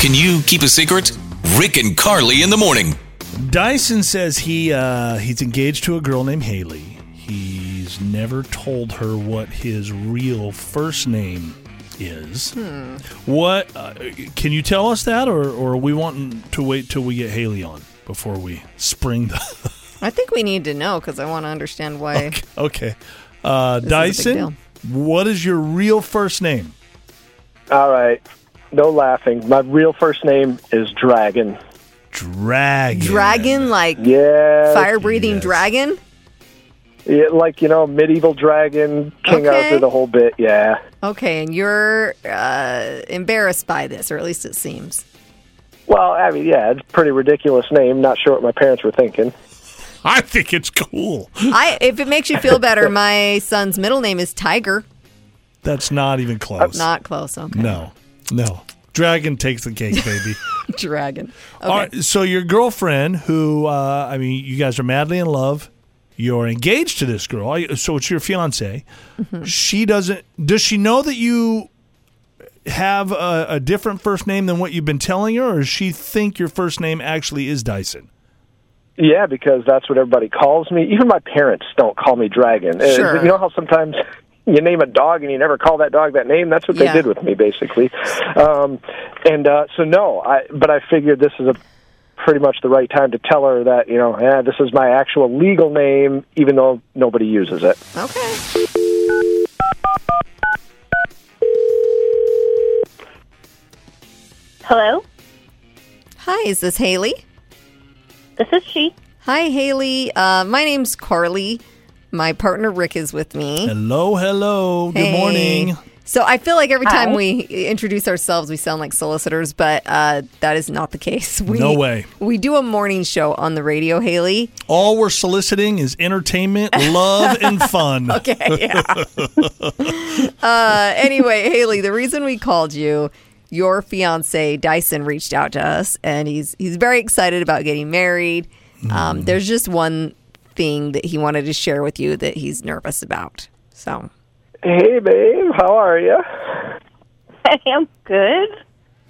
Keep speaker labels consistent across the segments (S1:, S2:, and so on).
S1: Can you keep a secret? Rick and Carly in the morning.
S2: Dyson says he uh, he's engaged to a girl named Haley. He's never told her what his real first name is.
S3: Hmm.
S2: What uh, can you tell us that, or or are we want to wait till we get Haley on before we spring the?
S3: I think we need to know because I want to understand why.
S2: okay, uh,
S3: is a big
S2: Dyson,
S3: deal.
S2: what is your real first name?
S4: All right. No laughing. My real first name is Dragon.
S2: Dragon.
S3: Dragon, like
S4: Yeah.
S3: fire breathing
S2: yes.
S3: dragon?
S4: Yeah, like, you know, medieval dragon, King
S3: Okay.
S4: Arthur, the whole bit. Yeah.
S3: Okay, and you're uh, embarrassed by this, or at least it seems.
S4: Well, I mean, yeah, it's a pretty ridiculous name. Not sure what my parents were thinking.
S2: I think it's cool.
S3: I, if it makes you feel better, my son's middle name is Tiger.
S2: That's not even close.
S3: Not close. Okay.
S2: No, no. Dragon takes the cake, baby.
S3: Dragon. Okay.
S2: All right, so your girlfriend, who uh, I mean, you guys are madly in love. You're engaged to this girl, I- so it's your fiance.
S3: Mm-hmm.
S2: She doesn't. Does she know that you have a, a different first name than what you've been telling her, or does she think your first name actually is Dyson?
S4: Yeah, because that's what everybody calls me. Even my parents don't call me Dragon. Uh,
S3: Sure.
S4: You know how sometimes you name a dog and you never call that dog that name? That's what
S3: Yeah.
S4: they did with me, basically. Um, and uh, so, no, I, but I figured this is a pretty much the right time to tell her that, you know, eh, this is my actual legal name, even though nobody uses it.
S3: Okay.
S5: Hello,
S3: Hi, is this Haley?
S5: this is she.
S3: Hi, Haley. Uh, my name's Carly. My partner Rick is with me.
S2: Hello, hello. Good
S3: Hey.
S2: morning.
S3: So I feel like every time
S5: Hi.
S3: we introduce ourselves, we sound like solicitors, but uh, that is not the case. We,
S2: No way.
S3: We do a morning show on the radio, Haley.
S2: All we're soliciting is entertainment, love, and fun.
S3: Okay. yeah. uh, anyway, Haley, the reason we called you, your fiance Dyson reached out to us, and he's he's very excited about getting married.
S2: Mm-hmm.
S3: Um, There's just one thing that he wanted to share with you that he's nervous about. So
S4: Hey, babe, how are you?
S5: I am good.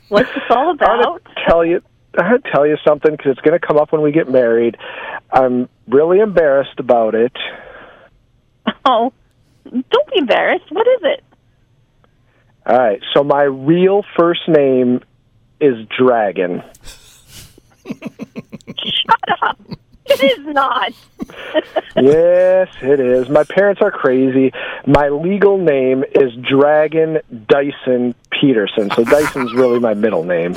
S5: What's this all
S4: I'm
S5: about?
S4: gonna tell you, I'm gonna tell you something because it's going to come up when we get married. I'm really embarrassed about it.
S5: Oh, don't be embarrassed. What is it?
S4: All right, so my real first name is Dragon.
S5: It is not.
S4: yes, it is. My parents are crazy. My legal name is Dragon Dyson Peterson. So Dyson's really my middle name.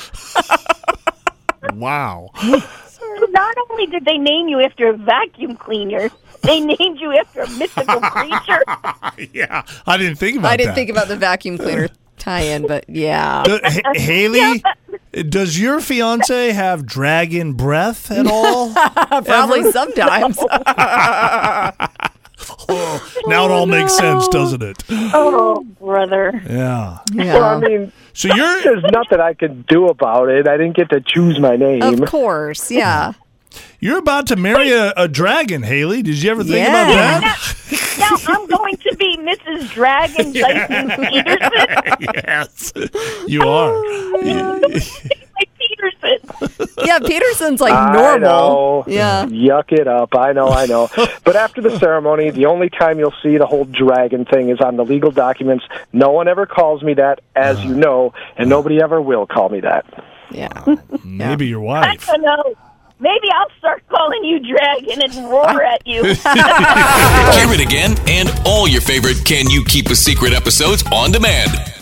S2: Wow.
S5: Not only did they name you after a vacuum cleaner, they named you after a mythical creature.
S2: yeah, I didn't think about
S3: I didn't
S2: that.
S3: think about the vacuum cleaner tie-in, but yeah.
S2: Do- Uh, Ha- Haley, does your fiance have dragon breath at all?
S3: Probably sometimes.
S2: now it all makes sense, doesn't it?
S5: Oh, brother.
S2: Yeah.
S4: Well, I mean,
S2: So you're
S4: there's nothing I can do about it. I didn't get to choose my
S3: Of
S4: name.
S3: course, yeah.
S2: you're about to marry a, a dragon, Haley. Did you ever think
S3: Yeah.
S2: about
S3: Yeah,
S2: that?
S5: Now I'm going to be Mrs. Dragon Dyson Peterson.
S2: yes, you are.
S5: My Peterson.
S3: Yeah, Peterson's like
S4: I
S3: normal.
S4: know.
S3: Yeah.
S4: Yuck it up. I know, I know. but after the ceremony, the only time you'll see the whole dragon thing is on the legal documents. No one ever calls me that,
S3: Ah.
S4: as you know, and nobody ever will call me that.
S3: Yeah.
S2: Maybe your
S5: I
S2: wife.
S5: don't know. Maybe I'll start calling you Dragon and roar at you.
S1: Hear it again and all your favorite Can You Keep a Secret episodes on demand